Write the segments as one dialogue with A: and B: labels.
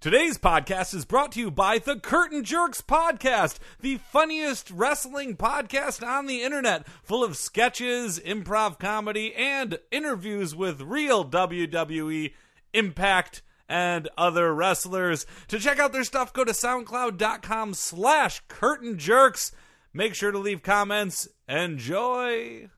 A: Today's podcast is brought to you by the Curtain Jerks Podcast, the funniest wrestling podcast on the internet, full of sketches, improv comedy, and interviews with real WWE, Impact, and other wrestlers. To check out their stuff, go to soundcloud.com slash curtain jerks. Make sure to leave comments. Enjoy.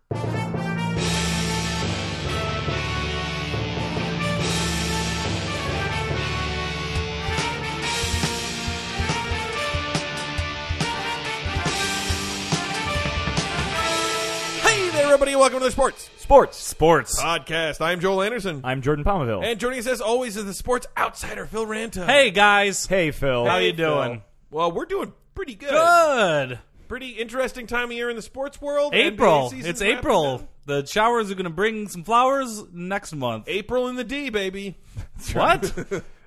B: Hey there, everybody, and welcome to the Sports
C: Sports.
A: Sports.
B: Podcast. I'm Joel Anderson.
C: I'm Jordan Palmaville.
B: and joining us as always is the sports outsider, Phil Ranta.
A: hey, guys.
C: hey, Phil.
A: How you doing?
B: Well, we're doing pretty good.
A: Good.
B: Pretty interesting time of year in the sports world.
A: April.
B: NBA season's
A: It's
B: wrapping
A: April.
B: up.
A: The showers are going to bring some flowers next month.
B: April in the D, baby.
A: What?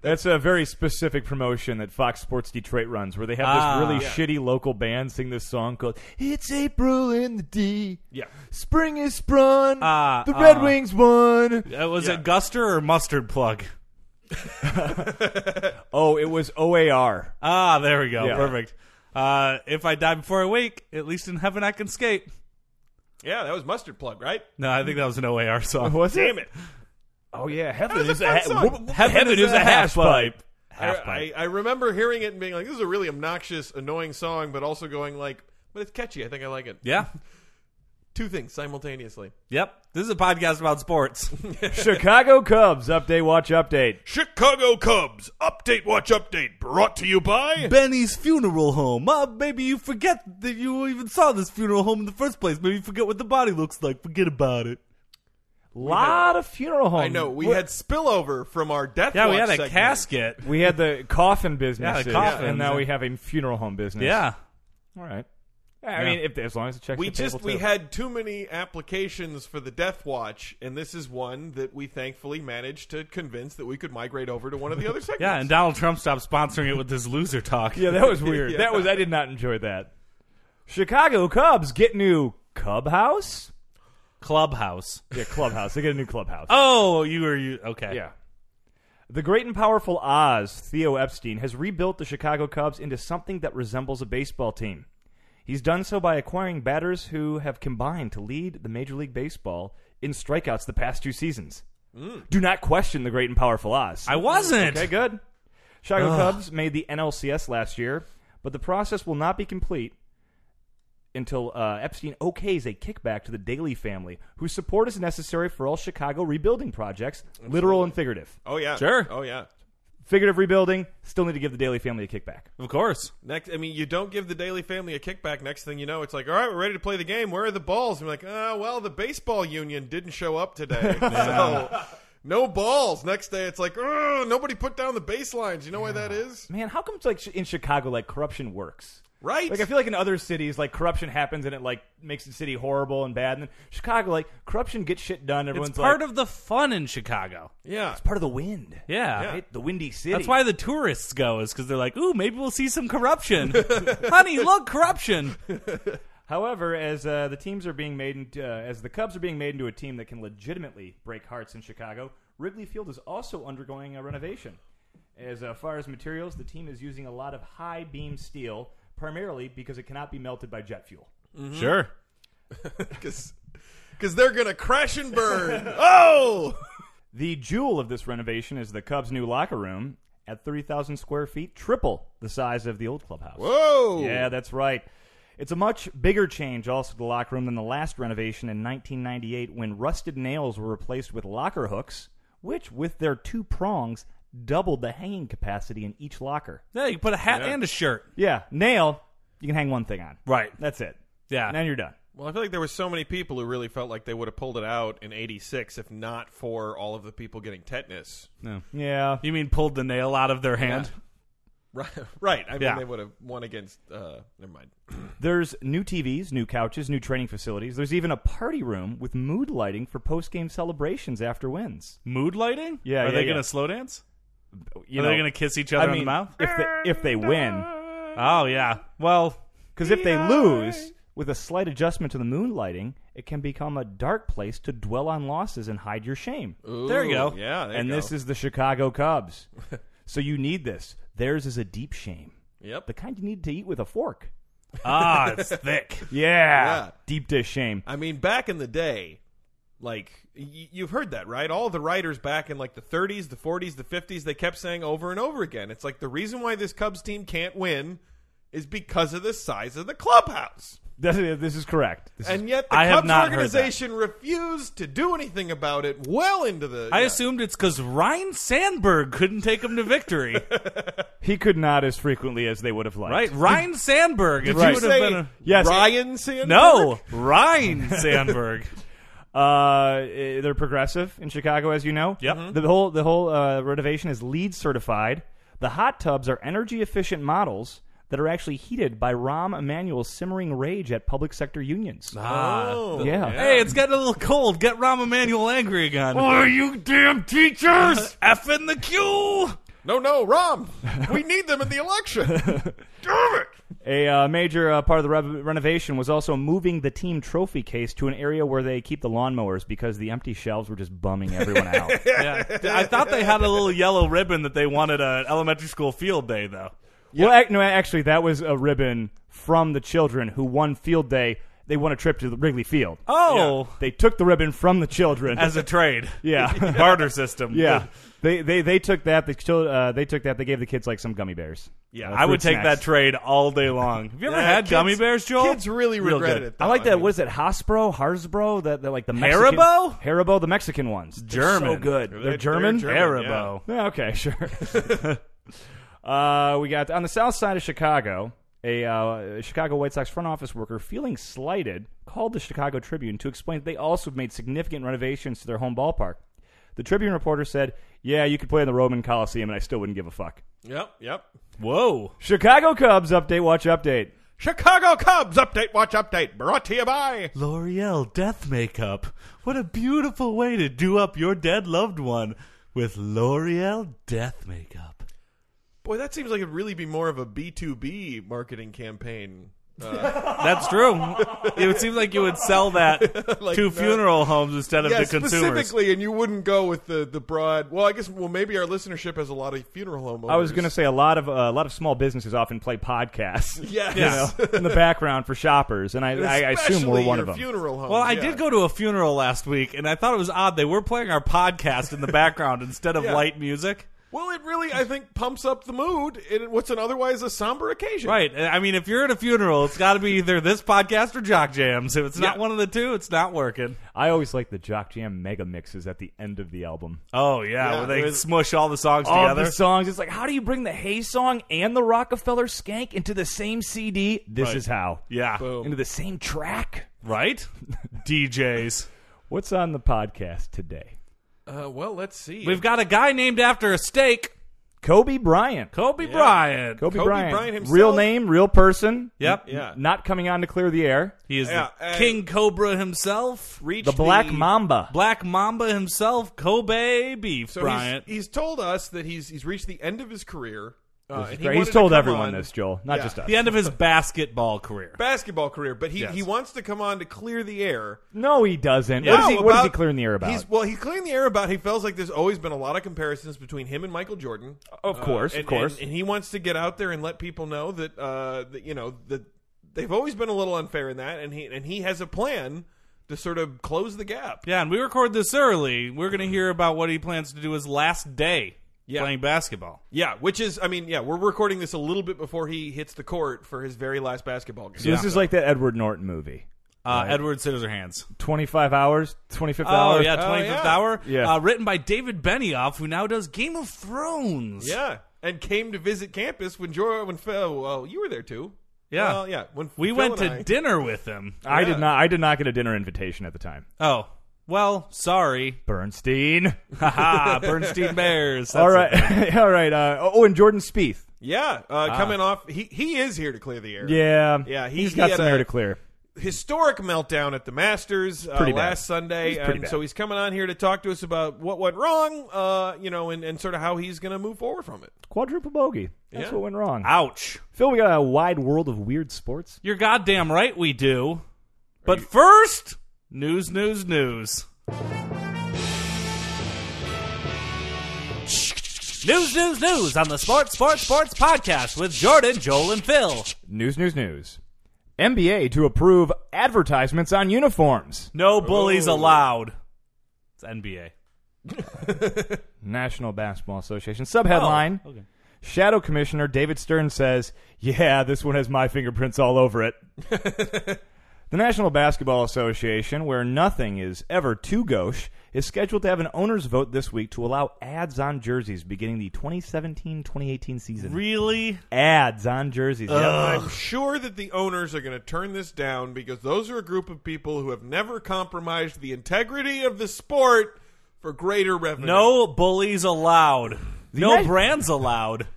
C: That's a very specific promotion that Fox Sports Detroit runs, where they have
A: Ah.
C: this really
B: Yeah.
C: shitty local band sing this song called "It's April in the D."
B: Yeah.
C: Spring is sprung.
A: Ah,
C: the
A: ah.
C: Red Wings won.
A: Uh, was
B: Yeah.
A: it Guster or Mustard Plug?
C: Oh, it was OAR.
A: Ah, there we go.
C: Yeah.
A: Perfect. Uh, if I die before I wake, at least in heaven I can skate.
B: Yeah, that was mustard plug, right?
A: No, I think that was an OAR song.
C: Was
B: Damn it.
C: Oh yeah, heaven
B: was a
C: is a,
B: fun
C: ha-
B: song.
C: w- w-
A: Heaven is a hash pipe.
B: I,
A: Half pipe.
B: I, I remember hearing it and being like, this is a really obnoxious, annoying song, but also going like, but it's catchy. I think I like it.
A: Yeah.
B: Two things simultaneously.
A: Yep. This is a podcast about sports.
C: Chicago Cubs update. Watch update.
B: Chicago Cubs update watch update brought to you by
A: Benny's funeral home. Ah, maybe you forget that you even saw this funeral home in the first place. Maybe you forget what the body looks like. Forget about it.
C: Lot of funeral homes.
B: I know we
C: What-
B: had spillover from our death.
A: Yeah, we
B: Watch
A: had a
B: segment.
A: casket.
C: we had the coffin businesses,
A: coffins.
C: and now we have a funeral home business.
A: Yeah.
C: All right. I mean, if as long as it checks
B: We
C: the table,
B: just we
C: too.
B: had too many applications for the Death Watch, and this is one that we thankfully managed to convince that we could migrate over to one of the other segments.
A: Yeah,
C: uh,
A: and Donald Trump stopped sponsoring it with his loser talk.
C: yeah, that was weird.
B: Yeah.
C: That was I did not enjoy that. Chicago Cubs get new Cub House.
A: Clubhouse.
C: Yeah, clubhouse. they get a new clubhouse.
A: Oh, you were you okay.
C: Yeah. The great and powerful Oz, Theo Epstein, has rebuilt the Chicago Cubs into something that resembles a baseball team. He's done so by acquiring batters who have combined to lead the Major League Baseball in strikeouts the past two seasons. Do not question the great and powerful Oz.
A: I wasn't.
C: Okay, good. Chicago Cubs made the NLCS last year, but the process will not be complete until uh, Epstein okays a kickback to the Daly family, whose support is necessary for all Chicago rebuilding projects, literal and figurative.
B: oh yeah,
A: Sure.
B: oh yeah.
C: Figurative rebuilding, still need to give the Daly family a kickback.
A: Of course.
B: Next, I mean, you don't give the Daily Family a kickback. Next thing you know, it's like, all right, we're ready to play the game. Where are the balls? I'm like, oh, well, the baseball union didn't show up today, so no balls. Next day, it's like, oh, nobody put down the baselines. You know why that is?
C: Man, how come like in Chicago like corruption works?
B: Right.
C: Like I feel like in other cities like corruption happens and it like makes the city horrible and bad and then Chicago like corruption gets shit done everyone's
A: it's part
C: like
A: of the fun in Chicago.
B: yeah.
C: part of the wind.
A: Yeah.
B: Yeah.
C: Right? The windy city.
A: That's why the tourists go is cuz they're like, "Ooh, maybe we'll see some corruption." Honey, look, corruption.
C: However, as uh, the teams are being made, into, uh, as the Cubs are being made into a team that can legitimately break hearts in Chicago, Wrigley Field is also undergoing a renovation. As uh, far as materials, the team is using a lot of high beam steel, primarily because it cannot be melted by jet fuel.
A: Sure.
B: because they're gonna crash and burn. oh,
C: The jewel of this renovation is the Cubs' new locker room at 30,000 square feet, triple the size of the old clubhouse.
B: whoa,
C: Yeah, that's right. It's a much bigger change also to the locker room than the last renovation in 1998 when rusted nails were replaced with locker hooks, which, with their two prongs, doubled the hanging capacity in each locker.
A: Yeah, you put a hat and a shirt.
C: Yeah, nail, you can hang one thing on.
A: Right.
C: That's it.
A: Yeah.
C: And then you're done.
B: Well, I feel like there were so many people who really felt like they would have pulled it out in '86 if not for all of the people getting tetanus.
C: Yeah.
A: You mean pulled the nail out of their hand?
B: Right, right. I mean,
A: Yeah.
B: they would have won against. Uh, never mind.
C: There's new TVs, new couches, new training facilities. There's even a party room with mood lighting for post game celebrations after wins.
A: Mood lighting?
C: Yeah,
A: Are
C: yeah,
A: they
C: yeah.
A: going to slow dance?
C: You
A: Are
C: know,
A: they going to kiss each
C: I
A: other on
C: mean,
A: the mouth?
C: If they, if they win.
A: Oh yeah. Well,
C: Because if they lose, with a slight adjustment to the moonlighting, it can become a dark place to dwell on losses and hide your shame.
A: there you
B: Ooh,
A: go.
B: Yeah, there
C: and
B: you
C: this
B: go.
C: is the Chicago Cubs. So you need this. Theirs is a deep shame,
B: Yep.
C: the kind you need to eat with a fork.
A: Ah, it's thick.
C: Yeah,
B: Yeah.
C: deep dish shame.
B: I mean, back in the day, like y- you've heard that, right? All the writers back in like the 30s, the 40s, the 50s, they kept saying over and over again, it's like the reason why this Cubs team can't win is because of the size of the clubhouse.
C: This is this is correct. This is-
B: And yet the
A: I have
B: Cubs
A: not heard that.
B: organization refused to do anything about it well into the
A: I
B: yeah.
A: assumed it's because Ryan Sandberg couldn't take him to victory.
C: he could not as frequently as they would have liked.
A: right? Ryan Sandberg. If
B: Did
A: he
B: you
A: would have
B: say
A: been a-
C: Yes.
B: Ryan Sandberg?
A: no, Ryan Sandberg.
C: Uh, eh, they're progressive in Chicago, as you know.
A: Yep. Mhm.
C: The whole the whole uh, renovation is LEED certified. The hot tubs are energy efficient models that are actually heated by Rahm Emanuel's simmering rage at public sector unions.
A: Ah.
B: Oh.
C: yeah.
A: Hey, it's getting a little cold. Get Rahm Emanuel angry again.
C: Are you damn teachers?
A: F in the queue.
B: No, no, Rom. we need them in the election. Damn it.
C: a uh, major uh, part of the rev renovation was also moving the team trophy case to an area where they keep the lawnmowers because the empty shelves were just bumming everyone out.
A: Yeah. I thought they had a little yellow ribbon that they wanted an elementary school field day, though.
C: Well, ac- no, actually, that was a ribbon from the children who won field day. They won a trip to the Wrigley Field.
A: Oh,
C: They took the ribbon from the children.
A: as a trade.
C: yeah,
A: Barter system.
C: yeah. They they they took that. The chil- uh, they took that. They gave the kids like some gummy bears.
A: Yeah,
C: Uh,
A: I would
C: fruit
A: take
C: snacks.
A: that trade all day long. Have you ever
B: Yeah,
A: had
B: kids-
A: gummy bears, Joel?
B: Kids really
A: Real
B: regretted
A: good.
B: it. Though.
C: I like that.
B: mean,
C: what is it? Hasbro, Harzbro, that the, like the Mexican,
A: Haribo?
C: Haribo, the Mexican ones. They're so
A: German.
C: good. They're,
B: they're
C: German.
B: German.
A: Haribo.
C: Yeah, okay, sure. uh, we got on the south side of Chicago. A uh, Chicago White Sox front office worker feeling slighted called the Chicago Tribune to explain that they also made significant renovations to their home ballpark. The Tribune reporter said, "Yeah, you could play in the Roman Coliseum, and I still wouldn't give a fuck."
B: Yep, yep.
A: Whoa.
C: Chicago Cubs update. Watch update.
B: Chicago Cubs update, watch update, brought to you by.
A: L'Oreal Death Makeup. What a beautiful way to do up your dead loved one with L'Oreal Death Makeup.
B: Boy, that seems like it'd really be more of a B2B marketing campaign.
A: That's true. it would seem like you would sell that
B: Like
A: to
B: that.
A: funeral homes instead of
B: Yeah,
A: to consumers.
B: specifically, and you wouldn't go with the, the broad. Well, I guess well maybe our listenership has a lot of funeral home.
C: I was going to say a lot of uh, a lot of small businesses often play podcasts
B: yes,
C: you know, in the background for shoppers, and I, I assume we're
B: Especially
C: one
B: your
C: of them.
B: Funeral home.
A: Well, I
B: yeah.
A: did go to a funeral last week, and I thought it was odd. They were playing our podcast in the background instead of
B: Yeah.
A: light music.
B: Well, it really I think pumps up the mood in what's an otherwise a somber occasion.
A: Right. I mean, if you're at a funeral, it's got to be either this podcast or Jock Jams. If it's not
B: Yeah.
A: one of the two, it's not working.
C: I always like the Jock Jam mega mixes at the end of the album.
A: Oh, yeah.
B: Yeah,
A: where they
B: it was-
A: smush all the songs
C: All
A: together.
C: the songs. It's like, how do you bring the Hay song and the Rockefeller Skank into the same CD? This is how.
A: yeah.
B: Boom.
C: Into the same track.
A: Right? DJs.
C: What's on the podcast today?
B: Uh, well, let's see.
A: We've got a guy named after a steak,
C: Kobe Bryant.
A: Kobe Bryant.
C: Kobe,
B: Kobe
C: Bryant.
B: Bryant himself.
C: Real name, real person.
A: Yep.
B: yeah,
C: Not coming on to clear the air.
A: He is
B: Yeah,
A: the
B: uh,
A: King Cobra himself.
B: reached
C: The Black
B: the,
C: Mamba.
A: Black Mamba himself, Kobe Beef
B: So
A: Bryant.
B: He's, he's told us that he's he's reached the end of his career. Uh, and he
C: He's
B: wanted to
C: told
B: come
C: everyone
B: on-
C: this, Joel, not
B: Yeah.
C: just us.
A: the end of his basketball career.
B: basketball career, but he,
A: Yes.
B: he wants to come on to clear the air.
C: No, he doesn't.
A: Yeah.
C: What, is he,
B: No,
C: what is he
B: about-
C: clearing the air about?
B: He's, well, he's clearing the air about he feels like there's always been a lot of comparisons between him and Michael Jordan.
C: Of
B: Uh,
C: course, of
B: and-
C: course.
B: And, and he wants to get out there and let people know that, uh, that you know that they've always been a little unfair in that, and he and he has a plan to sort of close the gap.
A: Yeah, and we record this early. We're going to hear about what he plans to do his last day
B: Yeah.
A: playing basketball.
B: Yeah, which is, I mean, yeah, we're recording this a little bit before he hits the court for his very last basketball game.
C: so this is like that Edward Norton movie.
A: Uh, Edward Scissorhands.
C: 25 hours, 25th
A: Oh,
C: hour.
A: yeah,
B: Oh,
A: 25th
B: yeah.
A: Hour.
C: Yeah.
A: Uh, written by David Benioff, who now does Game of Thrones.
B: Yeah, and came to visit campus when Jordan when Phil. Well, you were there too.
A: Yeah.
B: Well, yeah. When
A: We
B: Phil
A: went
B: and
A: to
B: I-
A: dinner with him.
C: I
B: Yeah.
C: did not. I did not get a dinner invitation at the time.
A: Oh, well, sorry.
C: Bernstein.
A: Haha, Bernstein Bears. That's
C: all
A: it.
C: right, all right. Uh, oh, and Jordan Spieth.
B: yeah, uh, coming off. He he is here to clear the air.
C: Ah. Yeah,
B: Yeah, he-
C: has
B: he
C: got
B: had
C: some
B: a-
C: air to clear.
B: Historic meltdown at the Masters uh,
C: Pretty bad.
B: last Sunday,
C: He's pretty
B: and
C: bad.
B: so he's coming on here to talk to us about what went wrong. Uh, you know, and, and sort of how he's going to move forward from it.
C: Quadruple bogey. That's
B: Yeah.
C: what went wrong.
A: Ouch.
C: Phil, we got a wide world of weird sports.
A: You're goddamn right we do. But first, news, news, news. News, news, news on the Sports, Sports, Sports podcast with Jordan, Joel, and Phil.
C: News, news, news. NBA to approve advertisements on uniforms.
A: No bullies
C: Oh.
A: allowed. It's NBA.
C: National Basketball Association. Subheadline
A: Oh, okay.
C: Shadow Commissioner David Stern says, Yeah, this one has my fingerprints all over it. the National Basketball Association, where nothing is ever too gauche, is scheduled to have an owner's vote this week to allow ads on jerseys beginning the 2017 2018 season.
A: Really?
C: ads on jerseys. Yep.
B: I'm sure that the owners are going to turn this down because those are a group of people who have never compromised the integrity of the sport for greater revenue.
A: No bullies allowed. No
C: United-
A: brands allowed.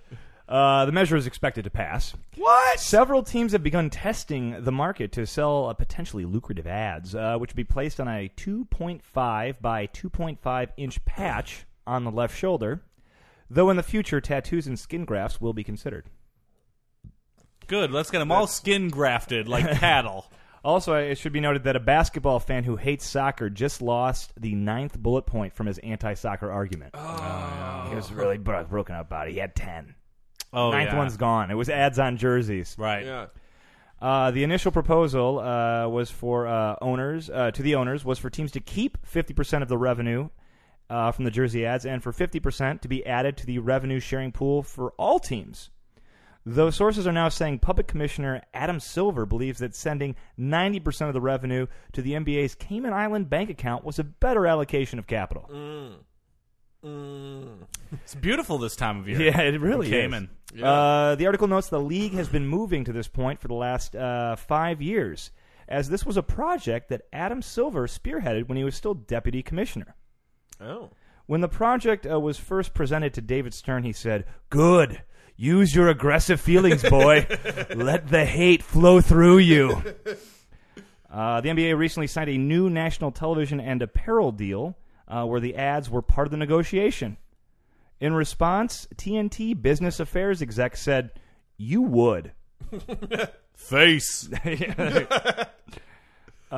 C: Uh, the measure is expected to pass.
B: What?
C: Several teams have begun testing the market to sell uh, potentially lucrative ads, uh, which would be placed on a 2.5 by 2.5 inch patch on the left shoulder. Though in the future, tattoos and skin grafts will be considered.
A: Good. Let's get them all skin grafted like cattle.
C: Also, I- it should be noted that a basketball fan who hates soccer just lost the ninth bullet point from his anti-soccer argument.
A: Oh,
C: Oh, He was really bro- broken up about it. He had ten.
A: Oh,
C: ninth
A: yeah.
C: one's gone. It was ads on jerseys.
A: right.
B: Yeah.
C: Uh, the initial proposal uh, was for uh, owners uh, to the owners was for teams to keep 50% of the revenue uh, from the jersey ads and for 50% to be added to the revenue sharing pool for all teams. Though sources are now saying public commissioner Adam Silver believes that sending 90% of the revenue to the NBA's Cayman Island bank account was a better allocation of capital.
B: Mm.
A: It's beautiful this time of year.
C: Yeah, it really
A: Cayman.
C: is. Uh, the article notes the league has been moving to this point for the last uh, five years, as this was a project that Adam Silver spearheaded when he was still deputy commissioner.
B: Oh.
C: When the project uh, was first presented to David Stern, he said, "Good." Use your aggressive feelings, boy. Let the hate flow through you. Uh, the NBA recently signed a new national television and apparel deal uh, where the ads were part of the negotiation. In response, TNT business affairs exec said, You would.
A: Face.
C: Um,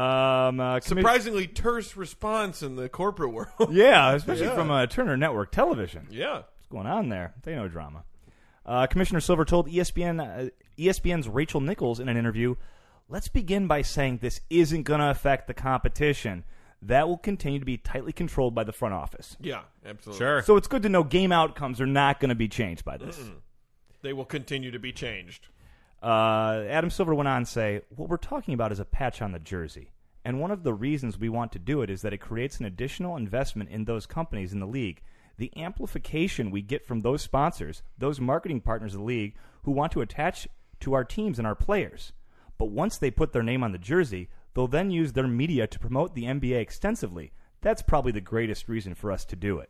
C: uh, commi-
B: Surprisingly terse response in the corporate world.
C: Yeah, especially from uh, Turner Network Television.
B: yeah.
C: What's going on there? They know drama. Uh, Commissioner Silver told ESPN, uh, ESPN's Rachel Nichols in an interview, "Let's begin by saying this isn't going to affect the competition. That will continue to be tightly controlled by the front office.
B: Yeah, absolutely.
A: Sure.
C: So it's good to know game outcomes are not going to be changed by this."
B: They will continue to be changed.
C: Uh, Adam Silver went on to say, What we're talking about is a patch on the jersey. And one of the reasons we want to do it is that it creates an additional investment in those companies in the league. The amplification we get from those sponsors, those marketing partners of the league who want to attach to our teams and our players. But once they put their name on the jersey, they'll then use their media to promote the NBA extensively. That's probably the greatest reason for us to do it.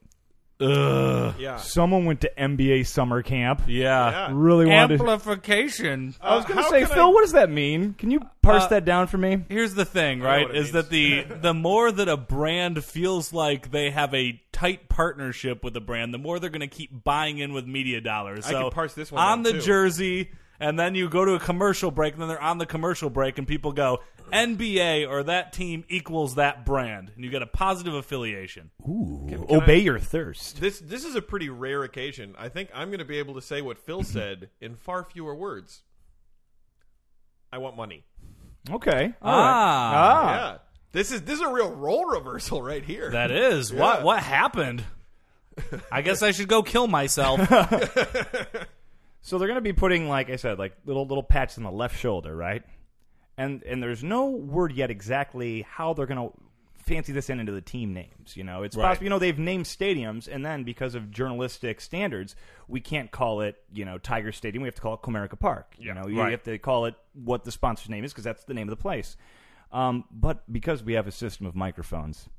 B: Yeah.
C: Someone went to NBA summer camp.
A: Yeah.
B: Yeah.
C: Really wanted
A: Amplification.
C: I was going
B: Uh,
C: to
B: how
C: say,
B: can
C: Phil,
B: I-
C: what does that mean? Can you parse
A: Uh,
C: that down for me?
A: Here's the thing, right?
B: what it
A: Is that the the more that a brand feels like they have a tight partnership with a brand, the more they're going to keep buying in with media dollars.
B: I
A: so
B: can parse this one
A: on
B: down,
A: the
B: too.
A: jersey, and then you go to a commercial break, and then they're on the commercial break, and people go NBA or that team equals that brand, and you get a positive affiliation.
C: Ooh, obey your thirst.
B: This this is a pretty rare occasion. I think I'm going to be able to say what Phil said in far fewer words. I want money.
C: Okay.
A: Ah. Ah.
B: Yeah. This is this is a real role reversal right here.
A: That is what what happened. I guess I should go kill myself.
C: So they're going to be putting, like I said, like little little patches on the left shoulder, right? And and there's no word yet exactly how they're going to fancy this in into the team names. You know, it's
A: Right.
C: possible. You know, they've named stadiums, and then because of journalistic standards, we can't call it you know Tiger Stadium. We have to call it Comerica Park. you know, you
A: right.
C: have to call it what the sponsor's name is because that's the name of the place. Um, but because we have a system of microphones.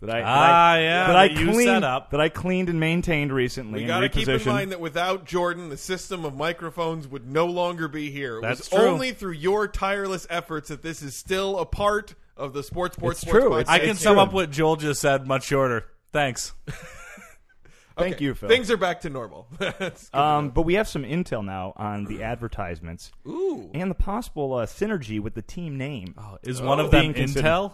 C: That I, that I-
A: Ah, yeah,
C: that I
A: that you
C: cleaned
A: set up.
C: that I cleaned and maintained recently.
B: We
C: and
B: got to keep in
C: repositioned.
B: mind that without Jordan, the system of microphones would no longer be here. It
A: That's
B: was
A: true.
B: only through your tireless efforts that this is still a part of the sports, sports,
C: It's
B: sports.
C: true.
B: Podcast.
C: It's-
A: I can
C: it's
A: sum
C: true.
A: up what Joel just said much shorter. Thanks.
C: Thank you, Phil.
B: Things are back to normal. That's good.
C: Um, but we have some intel now on the advertisements
B: Ooh, Oh,
C: and the possible uh, synergy with the team name.
A: Is one of
C: Being
A: them
C: considered-
A: Intel?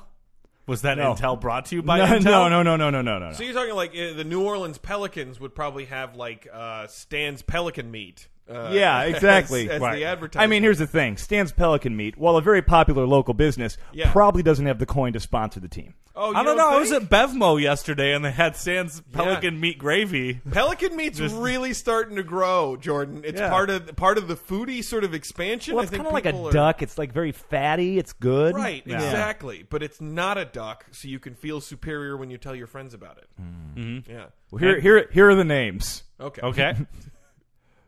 A: Was that
C: No.
A: intel brought to you by
C: No,
A: Intel?
C: no, no, no, no, no, no, no.
B: So you're talking like uh, the New Orleans Pelicans would probably have like uh, Stan's Pelican meat. Uh,
C: Yeah,
B: as-
C: exactly.
B: As,
C: Right.
B: the advertisement.
C: I mean, here's the thing: Stan's Pelican Meat, while a very popular local business,
B: Yeah.
C: probably doesn't have the coin to sponsor the team.
B: oh, you
A: I don't know. I was
B: think?
A: at Bevmo yesterday and they had Sans Pelican meat gravy.
B: Pelican meat's really starting to grow, Jordan. It's
A: Yeah.
B: part of part of the foodie sort of expansion.
C: Well,
B: I
C: it's
B: think
C: kind of like a
B: people are-
C: duck. It's like very fatty. It's good.
B: Right,
C: Yeah.
B: exactly. But it's not a duck, so you can feel superior when you tell your friends about it.
C: Hmm. Mm-hmm.
B: Yeah.
C: Well, here, here, here are the names:
B: Okay.
A: Okay.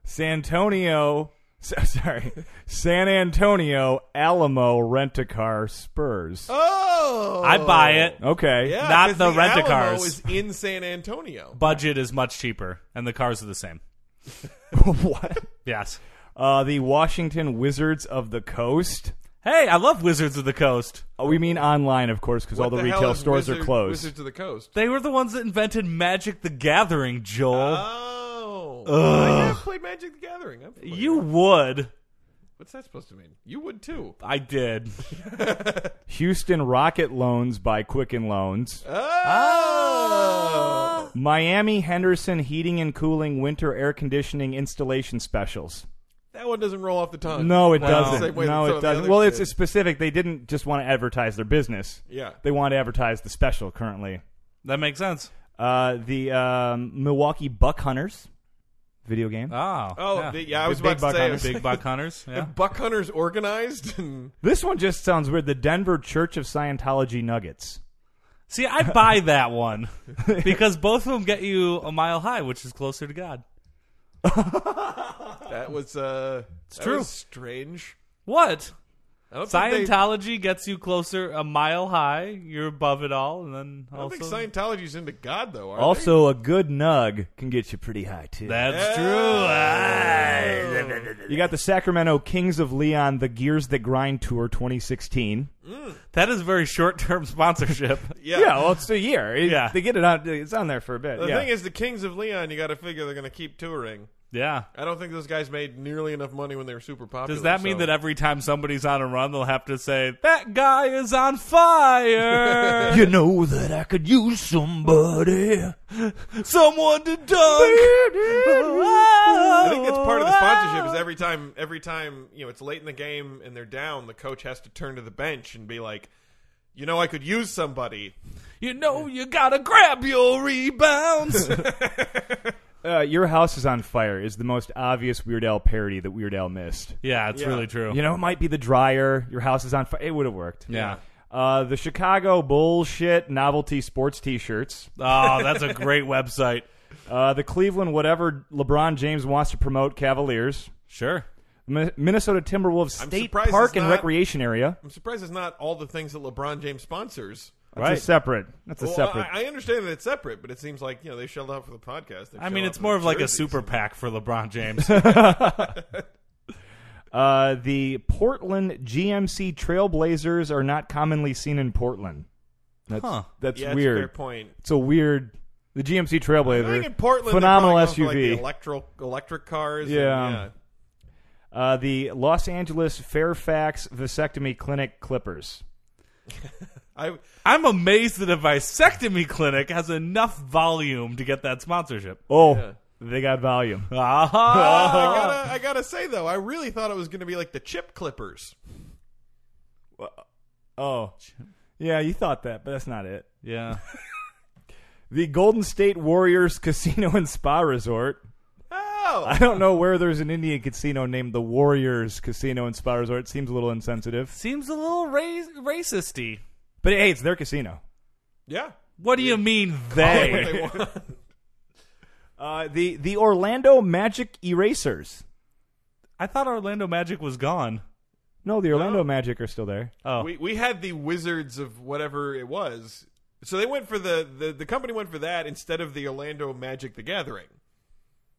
C: Santonio. s- Sorry, San Antonio, Alamo, Rent a Car, Spurs.
B: Oh,
A: I buy it.
C: Okay.
B: Yeah,
A: Not
B: 'cause
A: the
B: the
A: rent-a-cars.
B: Alamo is in San Antonio.
A: Budget is much cheaper and the cars are the same.
C: what?
A: Yes.
C: Uh, the Washington Wizards of the Coast.
A: Hey, I love Wizards of the Coast.
C: Oh, we mean online, of course, because all the,
B: What hell
C: retail
B: is
C: stores are
B: Wizard-
C: closed.
B: Wizards of the Coast.
A: They were the ones that invented Magic the Gathering, Joel.
B: Oh, I have played Magic the Gathering. I'm familiar.
A: you would.
B: What's that supposed to mean? You would too.
A: I did.
C: Houston Rocket Loans by Quicken Loans. Ah.
B: Oh,
C: Miami Henderson Heating and Cooling Winter Air Conditioning Installation Specials.
B: that one doesn't roll off the tongue.
C: No, it
B: Wow.
C: doesn't.
B: Same way
C: No,
B: that some of
C: it
B: the
C: doesn't.
B: others
C: Well, it's
B: did.
C: it's specific. They didn't just want to advertise their business.
B: Yeah.
C: They want to advertise the special currently.
A: That makes sense.
C: Uh, the um, Milwaukee Buck Hunters video game.
A: Oh.
B: Oh,
A: yeah.
B: the- yeah. I was
C: big
B: about
C: buck
B: to say
C: hunters.
B: big
A: Big buck hunters. Yeah.
B: buck hunters organized. And
C: This one just sounds weird. The Denver Church of Scientology Nuggets.
A: See, I'd buy that one because both of them get you a mile high, which is closer to God.
B: that was uh, it's
A: true.
B: strange.
A: What?
B: I don't think they-
A: Scientology gets you closer a mile high. You're above it all, and then
B: I don't
A: also
B: think Scientology's into God though. Are
C: Also, a good nug can get you pretty high too.
A: that's
B: they?
A: true. Ah.
C: You got the Sacramento Kings of Leon, the Gears That Grind Tour 2016.
A: That is very short-term sponsorship.
B: Yeah.
C: well, it's a year. It-
A: Yeah.
C: They get it on. It's on there for a bit.
B: The
C: oh, yeah.
B: thing is, the Kings of Leon, you got to figure they're going to keep touring.
A: yeah.
B: I don't think those guys made nearly enough money when they were super popular.
A: Does that mean
B: so-
A: that every time somebody's on a run, they'll have to say that guy is on fire?
C: you know that I could use somebody.
A: Someone to dunk.
B: I think that's part of the sponsorship. Is every time, every time you know it's late in the game and they're down, the coach has to turn to the bench and be like, "You know, I could use somebody."
A: You know you gotta grab your rebounds.
C: Uh, Your house is on fire is the most obvious Weird Al parody that Weird Al missed.
A: yeah, it's
B: Yeah.
A: really true.
C: You know, it might be the dryer. Your house is on fire. It would have worked.
A: Yeah.
C: Uh, the Chicago bullshit novelty sports T-shirts.
A: Oh, that's a great website.
C: Uh, the Cleveland whatever LeBron James wants to promote Cavaliers.
A: Sure.
C: Mi- Minnesota Timberwolves
B: I'm
C: State
B: surprised
C: Park
B: it's
C: and
B: not-
C: Recreation Area.
B: I'm surprised it's not all the things that LeBron James sponsors.
C: That's
A: Right.
C: a separate. That's a
B: Well,
C: separate.
B: I, I understand that it's separate, but it seems like you know they shelled out for the podcast. They
A: I mean,
B: shelled out
A: it's
B: for
A: more
B: the
A: of like a
B: jerseys.
A: super pack for LeBron James.
C: Uh, the Portland GMC Trailblazers are not commonly seen in Portland. That's
A: Huh.
C: that's
B: Yeah, that's a fair
C: weird.
B: point.
C: It's a weird. The GMC Trailblazer,
B: I think in Portland, they're
C: phenomenal
B: probably going for,
C: SUV.
B: like, the electro electric cars.
C: Yeah.
B: and, yeah.
C: uh, the Los Angeles Fairfax Vasectomy Clinic Clippers.
B: I
A: I'm amazed that a vasectomy clinic has enough volume to get that sponsorship.
C: Oh,
B: Yeah.
C: they got volume.
A: Ah,
B: I gotta, I gotta say though, I really thought it was gonna be like the chip clippers.
C: Oh, yeah, you thought that, but that's not it.
A: yeah.
C: The Golden State Warriors Casino and Spa Resort. I
B: Oh,
C: don't know where there's an Indian casino named the Warriors Casino and Spa Resort. It seems a little insensitive,
A: Seems a little ra- racisty.
C: but hey, it's their casino.
B: yeah.
A: What do you mean
B: That's what
A: they?
B: they want.
C: Uh, the the Orlando Magic Erasers.
A: I thought Orlando Magic was gone.
C: No, the Orlando Magic are still there.
A: Oh,
B: We we had the Wizards of whatever it was. So they went for the, the the company went for that instead of the Orlando Magic the Gathering.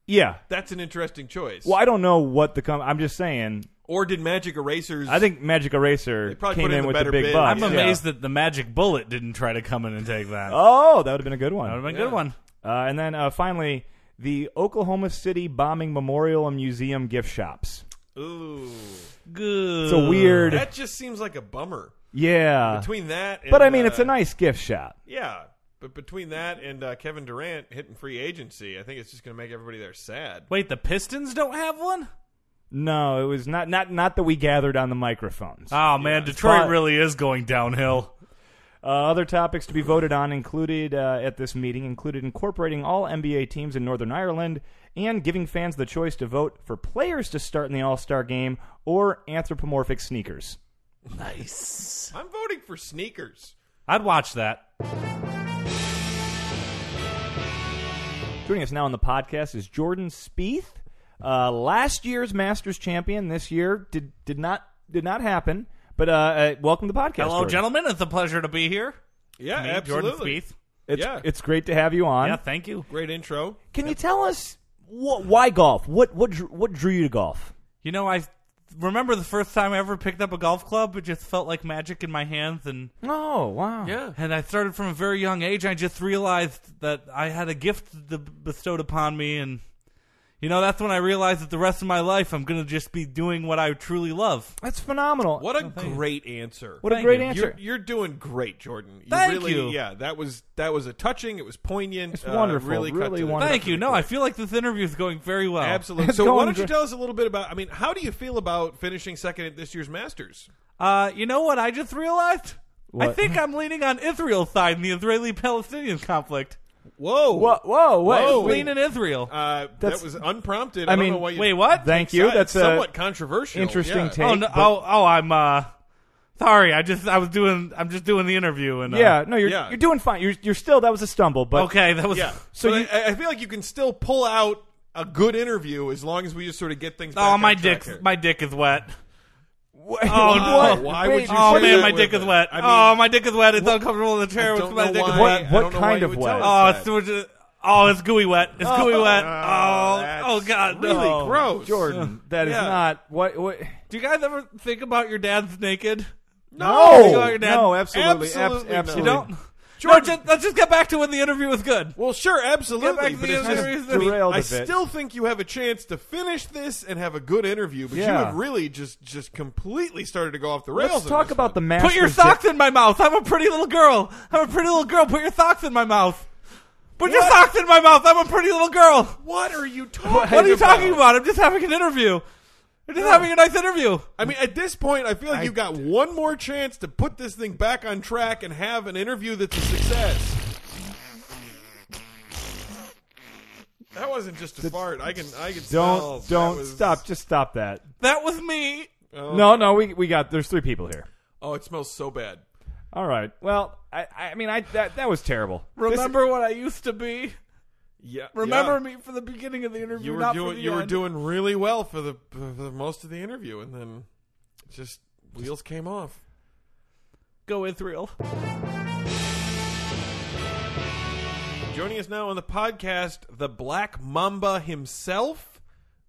C: Yeah.
B: That's an interesting choice.
C: Well, I don't know what the com- I'm just saying.
B: Or did Magic Erasers
C: I think Magic Eraser
B: They probably
C: came
B: put in
C: in
B: the
C: with the
B: better
C: big
B: bid.
C: bucks.
A: I'm
B: Yeah.
A: amazed that the Magic Bullet didn't try to come in and take that.
C: Oh, that would have been a good
A: that would have
C: one.
A: been a
B: Yeah.
A: good one.
C: Uh, and then uh, finally, the Oklahoma City bombing memorial and museum gift shops.
B: Ooh.
A: Good.
C: It's a weird.
B: That just seems like a bummer.
C: Yeah.
B: Between that, and,
C: Uh, but I mean, it's
B: uh,
C: a nice gift shop.
B: yeah. But between that and uh, Kevin Durant hitting free agency, I think it's just going to make everybody there sad.
A: Wait, the Pistons don't have one?
C: No, it was not not not that we gathered on the microphones. Uh,
A: Oh man, Detroit
C: but-
A: really is going downhill.
C: Uh, other topics to be voted on included uh, at this meeting included incorporating all NBA teams in Northern Ireland and giving fans the choice to vote for players to start in the All Star game or anthropomorphic sneakers.
A: Nice.
B: I'm voting for sneakers.
A: I'd watch that.
C: Joining us now on the podcast is Jordan Spieth, uh, last year's Masters champion. This year did did not did not happen. But uh, uh, welcome to the podcast.
A: Hello,
C: Jordan.
A: gentlemen. It's a pleasure to be here.
B: Yeah,
A: Me,
B: absolutely.
A: Jordan Spieth.
C: It's,
B: Yeah.
C: it's great to have you on.
A: Yeah, thank you.
B: Great intro.
C: Can you tell us wh- why golf? What what drew, what drew you to golf?
A: You know, I remember the first time I ever picked up a golf club. It just felt like magic in my hands, and
C: Oh wow!
A: and I started from a very young age. I just realized that I had a gift th- bestowed upon me, and you know, that's when I realized that the rest of my life I'm gonna just be doing what I truly love.
C: that's phenomenal.
B: What a great answer.
C: What a
A: Thank
C: great
A: you.
C: answer!
B: You're, you're doing great, Jordan. You
A: Thank
B: really,
A: you.
B: Yeah, that was that was a touching. It was poignant.
C: It's
B: uh,
C: wonderful,
B: Really, cut
C: really
B: to the-
C: wonderful.
A: Thank you. No, I feel like this interview is going very well.
B: Absolutely.
C: It's
B: So, why
C: going
B: don't you
C: great.
B: tell us a little bit about? I mean, how do you feel about finishing second at this year's Masters?
A: Uh, you know what I just realized? I
C: What?
A: think I'm leaning on Israel's side in the Israeli-Palestinian conflict.
B: Whoa,
C: Whoa whoa wait,
B: Whoa.
C: Oh, wait.
A: Leaning Israel.
B: Uh, that
C: That's-
B: was unprompted.
C: I
B: I,
C: mean,
B: don't know why you,
A: Wait, what?
C: Thank you. That's uh, a
B: somewhat controversial.
C: interesting
B: yeah.
C: take.
A: oh, no,
C: but-
A: oh, oh, I'm uh, sorry. I just I was doing I'm just doing the interview and uh,
C: yeah. No, you're
B: Yeah.
C: you're doing fine. You're you're still that was a stumble, but
A: Okay, that was oh,
B: Yeah.
C: So
B: So,
C: you-
B: I, I feel like you can still pull out a good interview as long as we just sort of get things. back
A: Oh,
B: on
A: my
B: track
A: dick,
B: here.
A: my dick is wet.
C: Wha-
A: Oh,
C: what?
A: no.
B: Why
C: Wait,
B: would you
A: Oh
B: say
A: man,
B: that
A: my
B: with
A: dick is
B: it?
A: wet.
B: I
A: oh,
B: mean-
A: my dick is wet. It's uncomfortable in the chair
B: I
A: with
B: don't
A: my
B: know
A: dick
B: why-
A: is wet.
C: What- what
B: I don't know why
C: kind
B: you
C: of
B: would
C: wet?
B: tell
A: Oh,
B: us
A: it's
B: that.
A: so- oh, it's gooey wet. It's gooey wet. Oh,
B: that's
A: oh god,
B: really
A: no.
B: gross,
C: Jordan, that is
B: Yeah.
C: not what. what
A: Do you guys ever think about your dad's naked?
B: No,
A: go your dad.
C: no, absolutely, abs-
B: Absolutely not.
C: absolutely.
A: You don't.
B: Jordan-
A: No, just, let's just get back to when the interview was good.
B: Well, sure,
A: Get back
B: absolutely.
A: to
B: But
A: the
B: it's
A: other
B: just,
A: reason.
B: I mean,
C: Derailed a
B: I
C: bit.
B: still think you have a chance to finish this and have a good interview, but you
C: Yeah.
B: have really just just completely started to go off the rails.
C: Let's
B: in
C: talk
B: this
C: about the
B: one.
C: Masters.
A: Put your socks in my mouth. I'm a pretty little girl. I'm a pretty little girl. Put your socks in my mouth. Put your
B: What?
A: socks in my mouth. I'm a pretty little girl.
B: What are you talking?
A: What are you talking about? I'm just having an interview. I'm just having a nice interview.
B: I mean, at this point, I feel like you got one more chance to put this thing back on track and have an interview that's a success. That wasn't just a fart. I can, I can.
C: Don't
B: smell
D: Oh,
B: that
C: don't
B: was-
C: stop. Just stop that.
A: That was me.
D: Oh.
C: No, no, we we got. There's three people here.
B: Oh, it smells so bad.
C: All right. Well, I, I mean, I that that was terrible.
A: Remember what I used to be.
B: Yeah.
A: Remember me
B: yeah.
A: for the beginning of the interview.
B: you were
A: not for
B: doing
A: the
B: you were
A: end.
B: doing really well for the, for the most of the interview, and then just wheels came off.
A: Go Israel.
B: Joining us now on the podcast, the Black Mamba himself.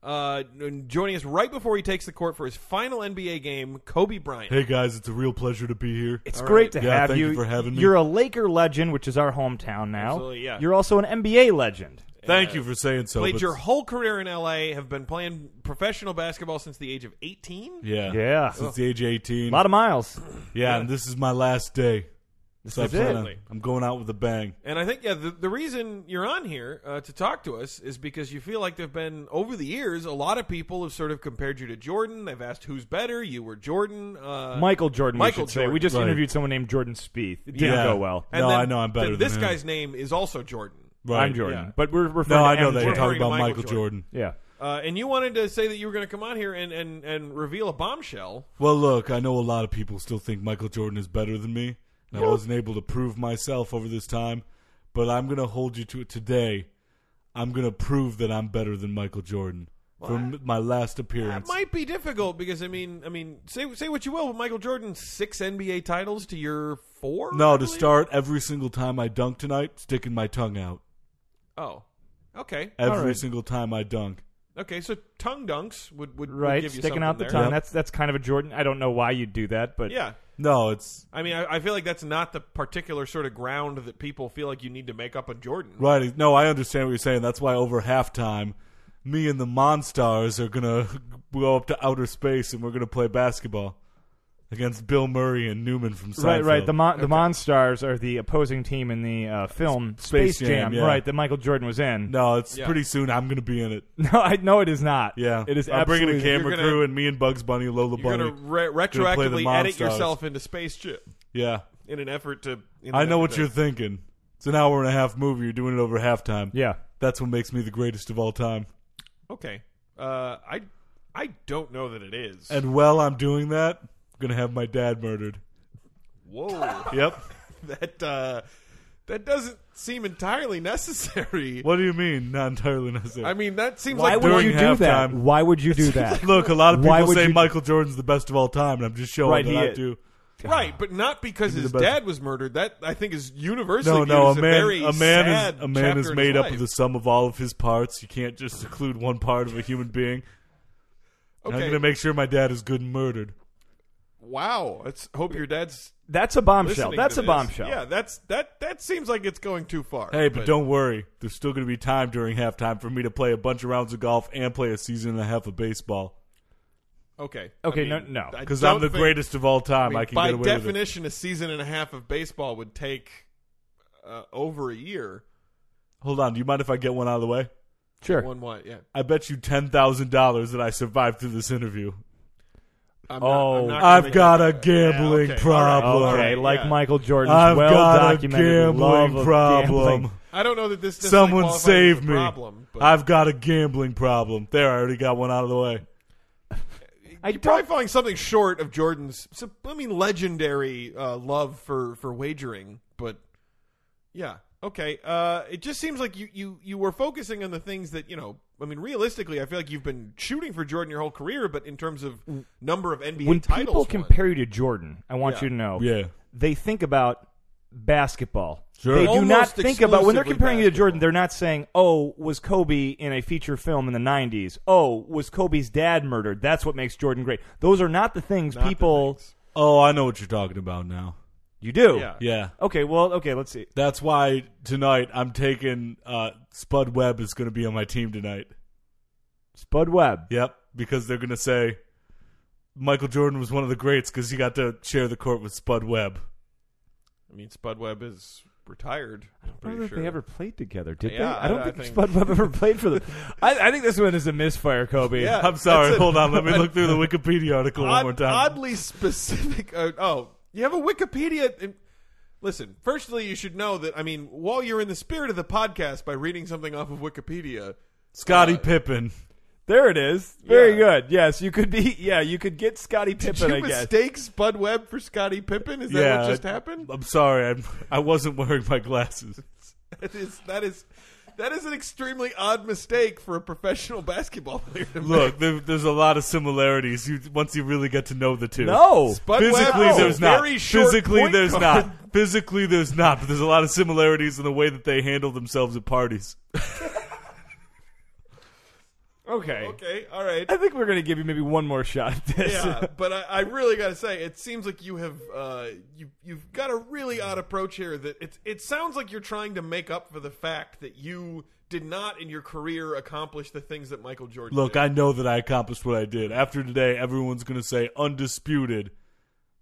B: Uh, and joining us right before he takes the court for his final NBA game, Kobe Bryant.
D: Hey guys, it's a real pleasure to be here.
C: It's great to
D: Yeah,
C: have
D: thank
C: you.
D: you for having me.
C: You're a Laker legend, which is our hometown now.
B: Absolutely, yeah.
C: You're also an NBA legend.
D: Thank you for saying so.
B: Played
D: but-
B: your whole career in LA, have been playing professional basketball since the age of 18.
D: yeah,
C: Yeah.
D: Since the age of eighteen.
C: A lot of miles.
D: yeah, and this is my last day. So I
C: is it.
D: plan on- I'm going out with a bang.
B: And I think yeah, the, the reason you're on here uh, to talk to us is because you feel like there've been over the years a lot of people have sort of compared you to Jordan. They've asked who's better. You were Jordan. Uh,
C: Michael Jordan.
B: Michael
C: we should say
B: Jordan,
C: we just
D: right.
C: interviewed someone named Jordan Spieth. It didn't
D: Yeah.
C: go well.
B: And
D: no,
B: then-
D: I know I'm better
B: then
D: than
B: This
D: him.
B: guy's name is also Jordan.
D: Right.
C: I'm Jordan,
D: Yeah.
C: but we're referring.
D: No,
C: to
D: I know
C: MJ.
D: that you're talking
B: Referring to
D: about
B: Michael
D: Michael
B: Jordan.
D: Jordan.
C: Yeah.
B: Uh, and you wanted to say that you were going to come on here and, and, and reveal a bombshell.
D: Well, look, I know a lot of people still think Michael Jordan is better than me. and I wasn't able to prove myself over this time, but I'm gonna hold you to it today. I'm gonna prove that I'm better than Michael Jordan from my last
B: That
D: appearance.
B: might be difficult because I mean, I mean, say say what you will, but Michael Jordan's six NBA titles to your four. I
D: No, to
B: believe?
D: start every single time I dunk tonight, sticking my tongue out.
B: Oh, okay,
D: Every
C: right.
D: single time I dunk.
B: okay. So tongue dunks would would, would
C: Right.
B: give you
C: Sticking
B: something
C: out the
B: there.
C: tongue.
D: Yep.
C: That's that's kind of a Jordan. I don't know why you do that, but
B: Yeah,
D: No, it's
B: I mean, I, I feel like that's not the particular sort of ground that people feel like you need to make up on Jordan.
D: right. No, I understand what you're saying. That's why over halftime, me and the Monstars are gonna go up to outer space and we're gonna play basketball. against Bill Murray and Newman from Seinfeld.
C: Right, right. The Mon- the Monstars are the opposing team in the uh, film
D: Space
C: Space, Jam,
D: Jam, yeah.
C: right? That Michael Jordan was in.
D: no, it's
B: Yeah.
D: pretty soon. I'm going to be in it.
C: No, I no, it is not.
D: Yeah,
C: it is
D: I'm bringing a
C: absolutely-
D: camera
B: You're gonna-
D: crew and me and Bugs Bunny, Lola
B: You're
D: Bunny.
B: going to re-
D: Gonna play the
B: retroactively edit
D: Monstars.
B: yourself into Space Jam
D: Yeah,
B: in an effort to. in an
D: I know
B: effort
D: what
B: to-
D: you're thinking. It's an hour and a half movie. You're doing it over halftime.
C: Yeah,
D: That's what makes me the greatest of all time.
B: Okay. Uh, I I don't know that it is.
D: And while I'm doing that, I'm going to have my dad murdered.
B: Whoa.
D: Yep.
B: that uh, that doesn't seem entirely necessary.
D: what do you mean? Not entirely necessary.
B: I mean, that seems
C: why
B: like
C: would
D: during
C: you do that?
D: halftime.
C: Why would you do that?
D: Look, a lot of
C: Why
D: people
C: would
D: say
C: you-
D: Michael Jordan's the best of all time, and I'm just showing
C: Right,
D: that
C: he
D: I
C: is.
D: do.
B: right, but not because his
D: the best-
B: dad was murdered. That I think is universally
D: No, no, a
B: viewed as
D: man,
B: very
D: a man
B: sad
D: is a man is
B: chapter in
D: made
B: his
D: up of
B: life.
D: the sum of all of his parts. You can't just include one part of a human being. And
B: Okay.
D: I'm gonna make sure my dad is good and murdered.
B: wow. Let's hope your dad's
C: That's a bombshell.
B: listening.
C: That's
B: to
C: a
B: this.
C: bombshell.
B: Yeah, that's that. That seems like it's going too far.
D: Hey, but, don't worry. There's still gonna be time during halftime for me to play a bunch of rounds of golf and play a season and a half of baseball
B: Okay.
C: Okay,
B: I mean,
C: no- no.
B: I
D: because Oh, I'm
B: don't
D: the
B: think-
D: greatest of all
B: I
D: time. I,
B: mean,
D: can
B: by
D: get away with it.
B: definition, a season and a half of baseball would take uh, over a year.
D: Hold on. Do you mind if I get one out of the way?
C: sure.
B: One what? Yeah.
D: I bet you ten thousand dollars that I survived through this interview.
B: I'm
C: Oh.
B: not, I'm not gonna
D: I've
B: make
D: got
B: that-
D: a gambling
B: Yeah, okay, all
D: problem.
B: right, all
C: Okay,
B: right,
C: like
B: yeah.
C: Michael Jordan's
D: I've
C: well
D: got a
C: documented love
D: gambling
C: of
D: problem.
C: gambling.
B: I don't know that this. necessarily
D: Someone
B: qualifies as
D: save
B: a
D: me.
B: Problem, but
D: I've got a gambling problem. There, I already got one out of the way.
C: I
B: You're probably
C: don't.
B: falling something short of Jordan's, sup- I mean, legendary uh, love for for wagering. But yeah, okay. Uh, it just seems like you you you were focusing on the things that you know. I mean, realistically, I feel like you've been shooting for Jordan your whole career, but in terms of number of NBA
C: When
B: titles,
C: people
B: won-
C: compare you to Jordan, I want
B: Yeah.
C: you to know.
D: Yeah.
C: they think about basketball.
D: Sure.
C: They do not
B: Almost
C: think about when they're
B: exclusively
C: comparing you to
B: basketball.
C: Jordan. They're not saying, "Oh, was Kobe in a feature film in the '90s? Oh, was Kobe's dad murdered? That's what makes Jordan great." Those are not the things
B: not the
C: people
B: things.
D: Oh, I know what you're talking about now.
C: you do.
B: Yeah.
D: Yeah.
C: Okay. Well. Okay. Let's see.
D: That's why tonight I'm taking uh, Spud Webb is going to be on my team tonight.
C: Spud Webb.
D: Yep, because they're going to say Michael Jordan was one of the greats because he got to share the court with Spud Webb.
B: I mean, Spud Webb is retired. I'm
C: I don't
B: pretty
C: know
B: sure.
C: if they ever played together, did they?
B: Yeah,
C: I don't
B: I- I
C: think,
B: think-
C: Spud Webb ever played for them. I, I think this one is a misfire, Kobe.
B: Yeah.
D: I'm sorry.
B: that's a-
D: Hold on. Let me look through the Wikipedia article one
B: Odd-
D: more time.
B: Oddly specific. Uh, oh, you have a Wikipedia. in- Listen, firstly, you should know that, I mean, while you're in the spirit of the podcast by reading something off of Wikipedia,
D: Scottie Pippen.
C: There it is. Very
B: Yeah.
C: good. Yes, you could be. Yeah, you could get Scottie
B: did
C: Pippen.
B: you
C: I guess.
B: mistake Spud Webb for Scottie Pippen? Is that
D: yeah,
B: what just happened?
D: I'm sorry. I'm, I wasn't wearing my glasses.
B: That is, that is that is an extremely odd mistake for a professional basketball player to make.
D: Look, there, there's a lot of similarities. You once you really get to know the two.
C: No.
B: Bud
D: physically
B: Webb is a
D: there's not.
B: very short
D: Physically
B: point
D: there's
B: guard.
D: not. Physically there's not. But there's a lot of similarities in the way that they handle themselves at parties.
C: Okay.
B: Okay, all right.
C: I think we're gonna give you maybe one more shot at this.
B: yeah, but I, I really got to say, it seems like you have uh, you you've got a really odd approach here. That it's it sounds like you're trying to make up for the fact that you did not in your career accomplish the things that Michael Jordan.
D: Look,
B: did.
D: I know that I accomplished what I did. After today, everyone's going to say undisputed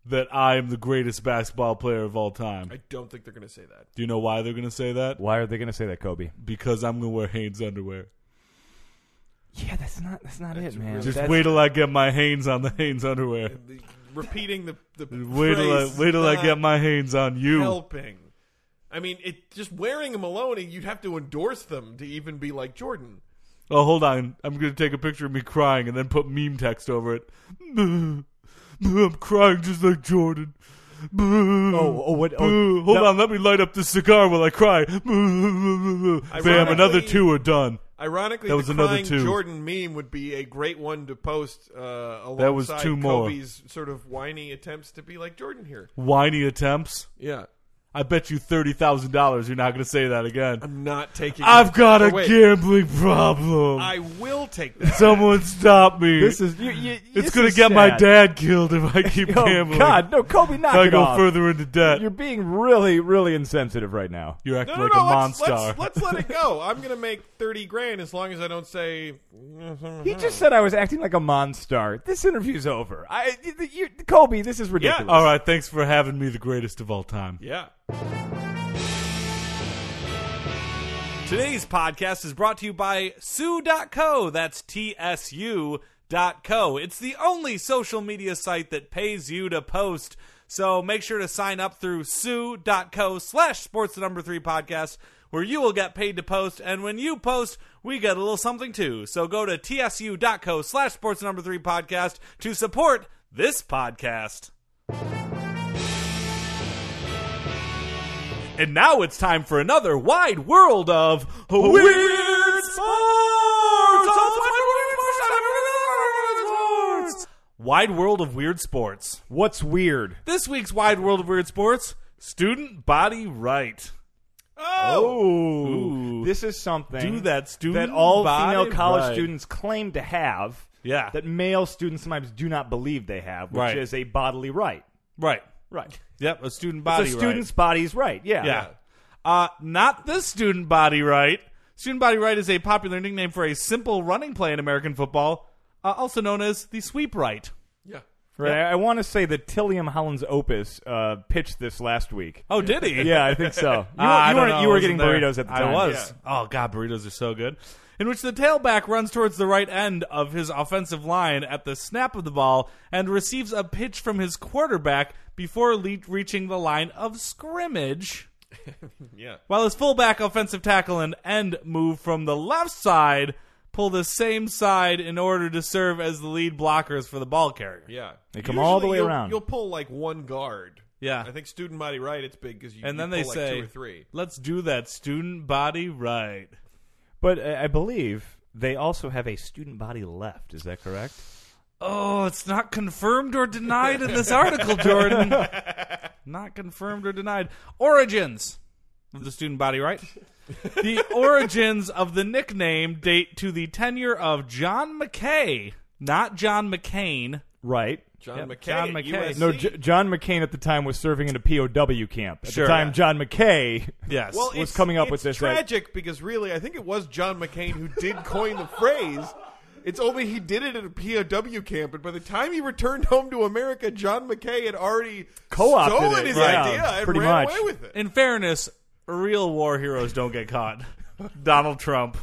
D: that I am the greatest basketball player of all time.
B: I don't think they're going to say that.
D: Do you know why they're going to say that?
C: Why are they gonna say that, Kobe?
D: Because I'm going to wear Hanes underwear.
C: Yeah, that's not that's not it, man.
D: Just wait till I get my Hanes on the Hanes underwear.
B: The- repeating the the
D: Wait till I,
B: phrase uh,
D: wait till I
B: not
D: get my Hanes on you.
B: helping. I mean, it just wearing them alone, you'd have to endorse them to even be like Jordan.
D: Oh, hold on. I'm going to take a picture of me crying and then put meme text over it. I'm crying just like Jordan.
C: Oh,
D: Oh,
C: oh, what? Oh,
D: Hold
C: that-
D: on, let me light up this cigar while I cry. Bam, another two are done.
B: Ironically,
D: That was
B: the
D: another
B: crying
D: two.
B: Jordan meme would be a great one to post uh, alongside
D: That was two more.
B: Kobe's sort of whiny attempts to be like Jordan here.
D: Whiny attempts.
B: Yeah.
D: I bet you thirty thousand dollars you're not going to say that again.
B: I'm not taking.
D: I've got
B: Oh,
D: a
B: wait.
D: gambling problem.
B: I will take that.
D: Someone stop me.
C: This is you, you,
D: it's
C: this
D: going
C: is
D: to get my
C: sad.
D: dad killed if I keep
C: Oh
D: gambling.
C: God, no, Kobe, knock
D: if I
C: it
D: go
C: off.
D: further into debt,
C: You're being really, really insensitive right now.
D: you act
B: No, no,
D: like
B: no.
D: a
B: let's,
D: monster.
B: let's let's let it go. I'm gonna make thirty grand as long as I don't say. mm-hmm.
C: He just said I was acting like a monstar. This interview's over. I, you, you- Kobe, this is ridiculous.
D: All right, thanks for having me, the greatest of all time.
B: Yeah.
A: Today's podcast is brought to you by Sue.co. That's T S U dot co. It's the only social media site that pays you to post. So make sure to sign up through Sue.co slash sports the number three podcast, where you will get paid to post. And when you post, we get a little something too. So go to TSU.co slash sports the number three podcast to support this podcast. And now it's time for another wide world of weird sports. Wide world of weird sports.
C: What's weird?
A: This week's wide world of weird sports: student body right.
B: Oh.
C: Ooh. This is something
A: Do that student
C: that all
A: body
C: female college
A: right.
C: students claim to have.
A: Yeah.
C: That male students sometimes do not believe they have, which
A: Right.
C: is a bodily right.
A: Right.
C: Right.
A: Yep. A student
C: So
A: body. right.
C: students' body's right. Yeah.
A: Yeah. Uh, not this student body right. Student body right is a popular nickname for a simple running play in American football, uh, also known as the sweep right.
B: Yeah.
C: Right. I, I want to say that Tilliam Holland's Opus uh, pitched this last week.
A: Oh, did he?
C: Yeah, I think so. You, were-
A: Ah, I
C: you,
A: don't
C: weren't-
A: know,
C: you
A: I
C: were
A: wasn't
C: getting
A: there.
C: burritos at the time.
A: I was. Oh god, burritos are so good. In which the tailback runs towards the right end of his offensive line at the snap of the ball and receives a pitch from his quarterback before le- reaching the line of scrimmage.
B: Yeah.
A: While his fullback offensive tackle and end move from the left side pull the same side in order to serve as the lead blockers for the ball carrier.
B: Yeah.
C: They come all the way
B: you'll-
C: around.
B: You'll pull like one guard.
A: Yeah.
B: I think student body right. It's big because you.
A: And
B: you
A: then they
B: pull, like,
A: say,
B: two or three.
A: "Let's do that student body right."
C: But uh, I believe they also have a student body left. Is that correct?
A: Oh, it's not confirmed or denied in this article, Jordan. not confirmed or denied. Origins of the student body, right? The origins of the nickname date to the tenure of John McKay, not John McCain.
C: Right.
B: John McKay.
A: John
B: at
A: McKay.
B: USC.
C: No, J- John McCain at the time was serving in a POW camp. At
A: Sure.
C: the time, John McKay.
A: Yes.
B: well,
C: was
B: it's-
C: coming up
B: it's
C: with this, right?
B: tragic because really, I think it was John McCain who did coin the phrase. It's only he did it at a POW camp, and by the time he returned home to America, John McKay had already
C: Co-opted
B: stolen
C: it,
B: his
C: yeah,
B: idea and
C: pretty
B: ran
C: much.
B: away with it.
A: in fairness, real war heroes don't get caught. Donald Trump.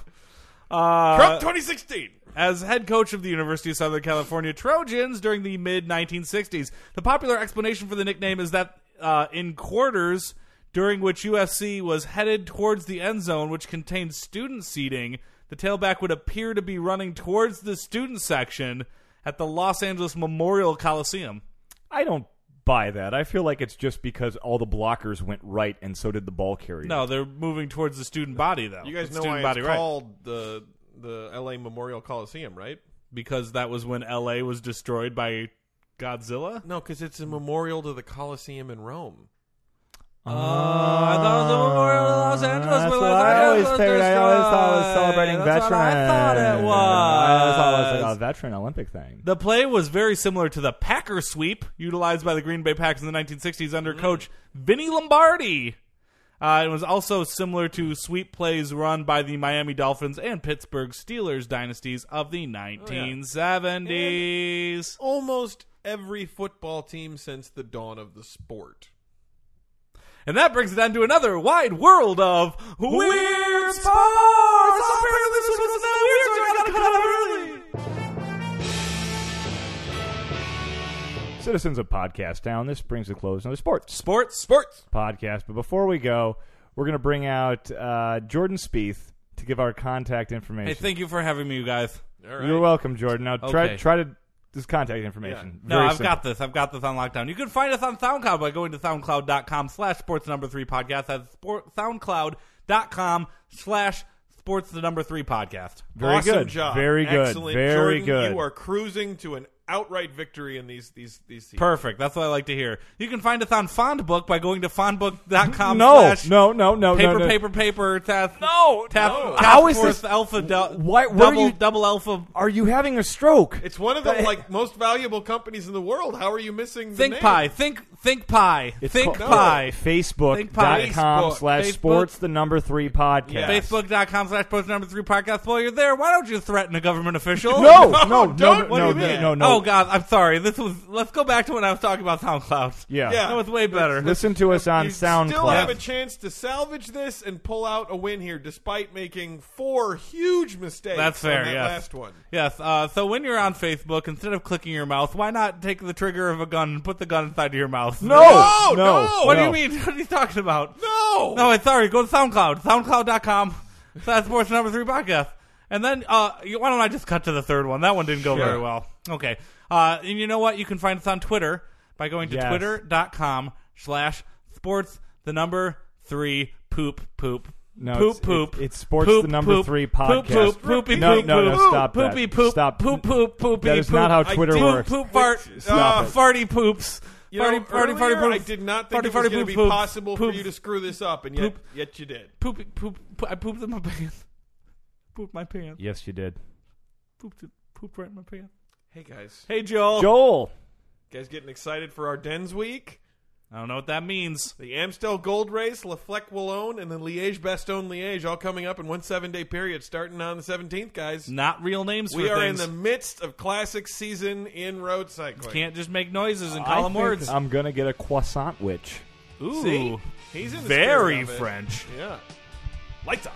A: Uh,
B: Trump 2016.
A: as head coach of the University of Southern California Trojans during the mid 1960s. The popular explanation for the nickname is that uh, in quarters during which USC was headed towards the end zone, which contained student seating, the tailback would appear to be running towards the student section at the Los Angeles Memorial Coliseum.
C: I don't buy that. I feel like it's just because all the blockers went right, and so did the ball carrier.
A: No, Oh, they're moving towards the student body, though.
B: You guys
A: The
B: know
A: student
B: why
A: body,
B: it's
A: right?
B: called the the LA Memorial Coliseum, right?
A: because that was when LA was destroyed by Godzilla.
B: No, because it's a memorial to the Coliseum in Rome.
A: I thought it Uh, was a memorial in Los Angeles.
C: Ah, That's
A: but
C: what
A: Los
C: I always
A: Angeles was
C: figured. I always thought it was
A: destroyed.
C: celebrating
A: That's
C: veterans.
A: what I thought it was.
C: I always thought it was like a veteran Olympic thing.
A: the play was very similar to the Packer sweep utilized by the Green Bay Packers in the 1960s
C: Mm.
A: under coach Vinny Lombardi. Uh, it was also similar to sweep plays run by the Miami Dolphins and Pittsburgh Steelers dynasties of
C: Oh,
A: the 1970s.
B: Almost every football team since the dawn of the sport.
A: And that brings it on to another wide world of weird sports. Oh, Apparently this one was not weird, so I gotta cut it early.
C: Citizens of Podcast Town. This brings to close another sports
A: Sports, sports.
C: podcast. But before we go, we're going to bring out uh, Jordan Spieth to give our contact information.
A: Hey, thank you for having me, you guys.
B: All right.
C: You're welcome, Jordan. Now try
A: Okay.
C: try to this contact information.
A: No,
C: Very
A: I've
C: simple.
A: got this. I've got this on lockdown. You can find us on SoundCloud by going to soundcloud.com slash sports number three podcast. That's sport, soundcloud.com slash sports the number three podcast.
C: very
B: awesome
C: good.
B: job.
C: Very good.
B: Excellent.
C: Very
B: Jordan,
C: good.
B: You are cruising to an outright victory in these these these. Seasons.
A: Perfect. That's what I like to hear. You can find us on Fondbook by going to fondbook.com
C: No,
A: slash
C: no, no, no,
A: paper,
C: no, no.
A: paper, paper, task,
C: No,
A: tap,
C: no.
A: task
C: How is
A: force
C: this-
A: alpha, du-
C: Why- where
A: double,
C: you-
A: double alpha.
C: Are you having a stroke?
B: It's one of the like most valuable companies in the world. How are you missing? the
A: Think
B: name?
A: pie. Think, think pie. think
B: called-
A: pie. Think pie.
C: Facebook.com
B: Facebook.
C: slash
A: Facebook.
C: sports the number three podcast.
B: Yes.
A: Facebook.com slash post number three podcast. While you're there, why don't you threaten a government official?
C: No, no, no,
B: don't
C: no, no,
B: do
C: no,
B: that.
C: no, no.
A: Oh God, I'm sorry. This was. Let's go back to when I was talking about SoundCloud.
C: Yeah.
B: Yeah.
A: that was way better.
C: Listen to us on
B: you Still
C: SoundCloud.
B: have a chance to salvage this and pull out a win here, despite making four huge mistakes.
A: That's fair.
B: On that
A: yes.
B: Last one.
A: Yes. Uh, so when you're on Facebook, instead of clicking your mouth, why not take the trigger of a gun and put the gun inside of your mouth?
C: no,
B: No,
C: no,
B: no.
A: What
C: no.
A: do you mean? What are you talking about?
B: No.
A: No, I'm sorry. Go to SoundCloud. SoundCloud.com. That's sports number three podcast. And then, uh, you, why don't I just cut to the third one? That one didn't go
B: Sure.
A: very well. Okay. Uh, and you know what? You can find us on Twitter by going to
C: Yes.
A: twitter.com slash sports the number three poop poop.
C: No,
A: poop
C: it's-
A: poop.
C: it- it's sports the number three
A: Poop
C: podcast.
A: poop poopy
C: No,
A: poop
C: no, no,
A: poop,
C: stop that.
A: poopy poop
C: Stop.
A: poop poop poopy
C: That is
A: poop.
C: not how
B: I
C: Twitter
B: do-
C: works.
A: poop fart
C: Stop
A: uh,
C: it.
A: farty poops.
B: You know,
A: farty, farty, farty,
B: earlier,
A: poops.
B: I did not think
A: farty,
B: it was
A: farty, poop,
B: going to be
A: poop,
B: possible
A: poop,
B: for you to screw this up, and yet,
A: Poop.
B: yet you did.
A: poop, poop, poop. I pooped in my pants. Pooped my pants.
C: Yes, you did.
A: Pooped, it, pooped right in my pants.
B: Hey guys,
A: Hey, Joel.
C: Joel.
B: you guys, getting excited for our Dens week?
A: I don't know what that means.
B: The Amstel Gold Race, La Fleck Wallone, and then Liège Bastogne Liège all coming up in one seven day period starting on the seventeenth, guys.
A: Not real names
B: We
A: for
B: are
A: things.
B: in the midst of classic season in road cycling.
A: Can't just make noises and
C: I
A: call them
C: think
A: words.
C: I'm gonna get a croissant witch.
A: Ooh,
B: See? He's in the spirit
A: very
B: of it.
A: French.
B: Yeah.
A: Lights up.